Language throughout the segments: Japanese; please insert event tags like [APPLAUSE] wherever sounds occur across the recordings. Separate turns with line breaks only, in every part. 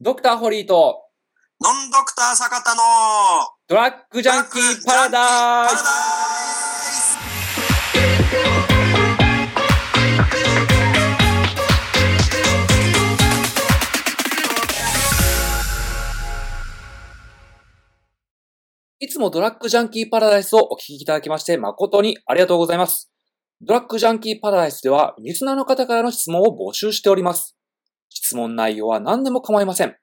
ドクターホリーと
ノンドクター坂田の
ドラッグジャンキーパラダイスいつもドラッグジャンキーパラダイスをお聞きいただきまして誠にありがとうございます。ドラッグジャンキーパラダイスではリスナーの方からの質問を募集しております。質問内容は何でも構いません。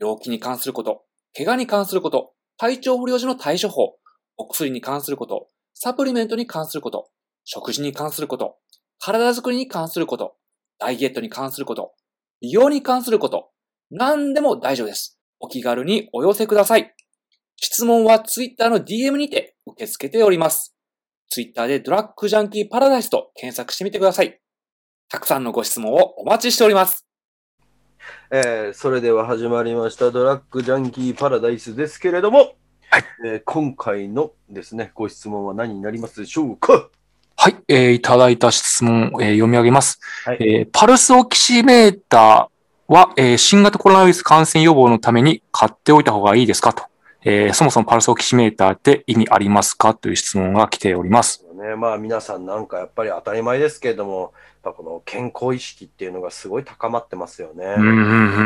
病気に関すること、怪我に関すること、体調不良時の対処法、お薬に関すること、サプリメントに関すること、食事に関すること、体づくりに関すること、ダイエットに関すること、美容に関すること、何でも大丈夫です。お気軽にお寄せください。質問は Twitter の DM にて受け付けております。Twitter でドラッグジャンキーパラダイスと検索してみてください。たくさんのご質問をお待ちしております。
えーそれでは始まりましたドラッグジャンキーパラダイスですけれども、えー今回のですね、ご質問は何になりますでしょうか
はい、えーいただいた質問、えー読み上げます、
はい
えーパルスオキシメーターは、えー新型コロナウイルス感染予防のために買っておいた方がいいですかと、えーそもそもパルスオキシメーターって意味ありますかという質問が来ております。
ね、まあ皆さんなんかやっぱり当たり前ですけれども、やっぱこの健康意識っていうのがすごい高まってますよね。
うんうんう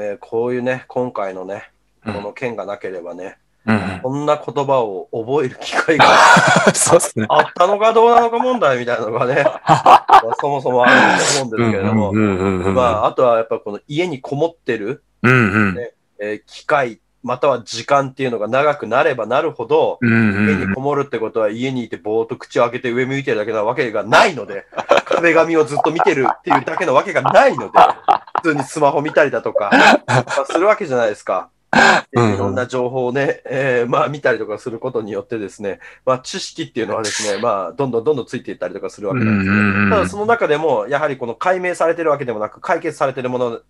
ん
えーこういうね、今回のね、
う
こ
ん
の件がなければね、
うんうん
こんな言葉を覚える機会が
[LAUGHS] そうですね。
あったのかどうなのか問題みたいなのが
[LAUGHS]
ね、まあそもそもあると思うんですけれども、
うんうんうんうん
まああとはやっぱこの家にこもってる、
うんうん
えー機会、または時間っていうのが長くなればなるほど、
うんうん
家にこもるってことは家にいてぼーっと口を開けて上向いてるだけなわけがないの
[LAUGHS]
で、壁紙をずっと見てるっていうだけのわけがない
[LAUGHS]
ので、普通にスマホ見たりだとか、まあするわけじゃないですか。で
うんうん
いろんな情報をね、えーまあ見たりとかすることによってですね、まあ知識っていうのはですね、
[LAUGHS]
まあどんどんどんどんついていったりとかするわ
う
け
んう
なんですけど、
んうん
ただその中でも、やはりこの解明されてるわけでもなく、解決されてるものっ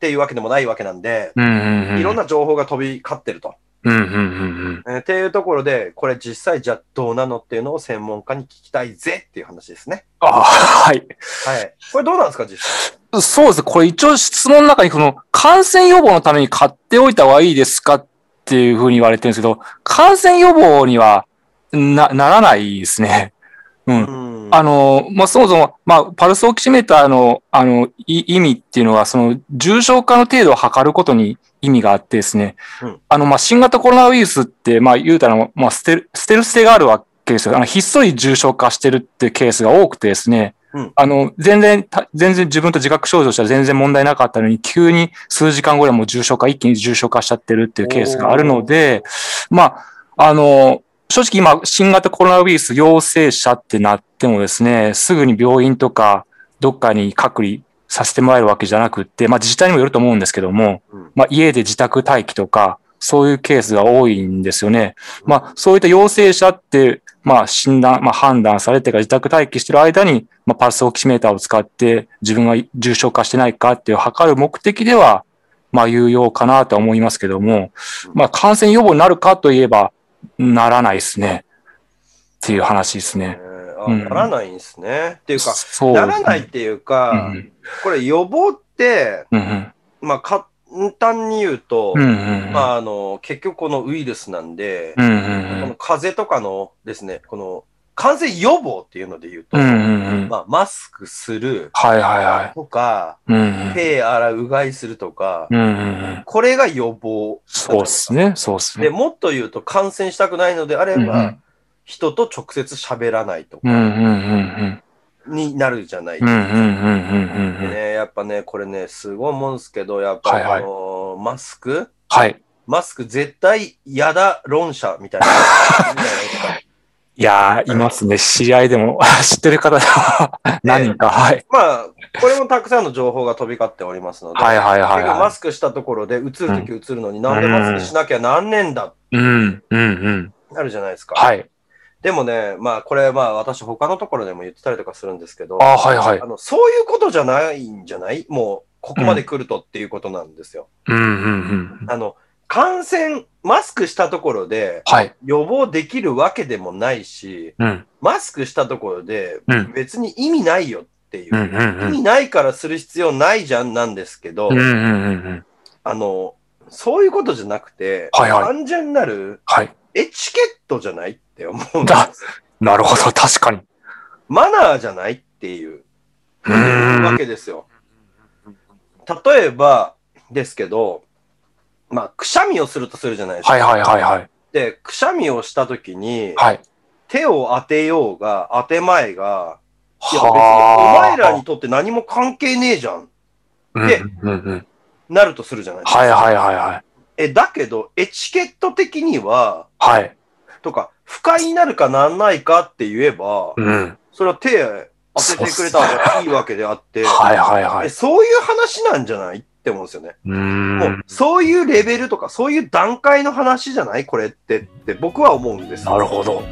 ていうわけでもないわけなんで、
うんうん
いろんな情報が飛び交ってると。
うんうんうん
えーっていうところで、これ実際じゃあどうなのっていうのを専門家に聞きたいぜっていう話ですね。
ああ、はい。
はい。これどうなんですか、実際。
そうです。これ一応質問の中に、この感染予防のために買っておいた方がいいですかっていうふうに言われてるんですけど、感染予防にはな、ならないですね。うん。
うん
あの、まあ、そもそも、まあ、パルスオキシメーターの、あの、い意味っていうのは、その、重症化の程度を測ることに意味があってですね。
うん
あの、まあ、新型コロナウイルスって、まあ、言うたら、まあ、捨てる、捨てる捨てがあるわけですよ。あの、ひっそり重症化してるっていうケースが多くてですね。
うん
あの、全然、た全然自分と自覚症状したら全然問題なかったのに、急に数時間後にはもう重症化、一気に重症化しちゃってるっていうケースがあるので、まあ、あの、正直今、新型コロナウイルス陽性者ってなってもですね、すぐに病院とか、どっかに隔離させてもらえるわけじゃなくって、まあ自治体にもよると思うんですけども、
うん
まあ家で自宅待機とか、そういうケースが多いんですよね。まあそういった陽性者って、まあ診断、まあ判断されてから自宅待機してる間に、まあパルスオキシメーターを使って自分が重症化してないかっていう測る目的では、まあ有用かなとは思いますけども、まあ感染予防になるかといえば、ならないですね。っていう話です
え
ね。
ー
う
あ
ん
ならないんですね。っていうか、
そう
ならないっていうか、
うん
これ予防って、
うんうん
まあ簡単に言うと、
うんうんうん
まああの、結局このウイルスなんで、
うんうん
この風邪とかのですね、この感染予防っていうので言うと、
うんうんうん
まあマスクする
はいはいは
とか、
い。うんうん
手洗う、うがいするとか、
うんうんうん
これが予防。
そうですね、そうです
で、
ね。
もっと言うと感染したくないのであれ
うんう
ば、
ん
人と直接喋らないと
う
か
んうんうん
になるじゃない。
うんうんうんうんうんうんう
で
ん
ね、やっぱね、これね、すごいもんですけど、やっぱり、
はいはい
あのーマスク
はい。
マスク絶対嫌だ論者みたい
[LAUGHS]
な。みたいな人が
いやー、いますね。知り合いでも、 [LAUGHS] 知ってる方
[LAUGHS]
でも何人か。はい。
まあ、これもたくさんの情報が飛び交っておりますので、
はいはいはい
結局マ
は
スクしたところで、うつるときうつるのに、なんでマスクしなきゃ何年だ
い。うん、うん、うん。
なるじゃないですか。
はい。
でもね、まあ、これ、まあ、私、他のところでも言ってたりとかするんですけど、
ああ、はいはい
あ。の、そういうことじゃないんじゃないもう、ここまで来るとっていうことなんですよ。
うん、うん、うん。
あの、感染、マスクしたところで
はい。
予防できるわけでもないし、
うん、
マスクしたところで
うん
別に意味ないよっていう。
うん、うん、う
意
ん。
味ないからする必要ないじゃんなんですけど、
うん、うん、うん。
あの、そういうことじゃなくて、
はいはい
単純なる
はい。
エチケットじゃないって思うんです。
なるほど、確かに。
マナーじゃないっていう
うー
わ
ん。
けですよ。例えばですけど、まあ、くしゃみをするとするじゃないですか。
はいはいはいはい。
で、くしゃみをしたときに、
はい。
手を当てようが、当てまいが、いや別にお
はあ。
前らにとって何も関係ねえじゃん。て
うんうんうん。
なるとするじゃないですか。
はいはいはいはい。
え、だけど、エチケット的には、
はい。
とか、不快になるかなんないかって言えば、
うん。
それは手当ててくれた方がいいわけであって、
はいはいは
え
い。
そういう話なんじゃないって思うんですよね。
うー
も
ん
う。、そういうレベルとか、そういう段階の話じゃないこれってって僕は思うんですよ
なるほど。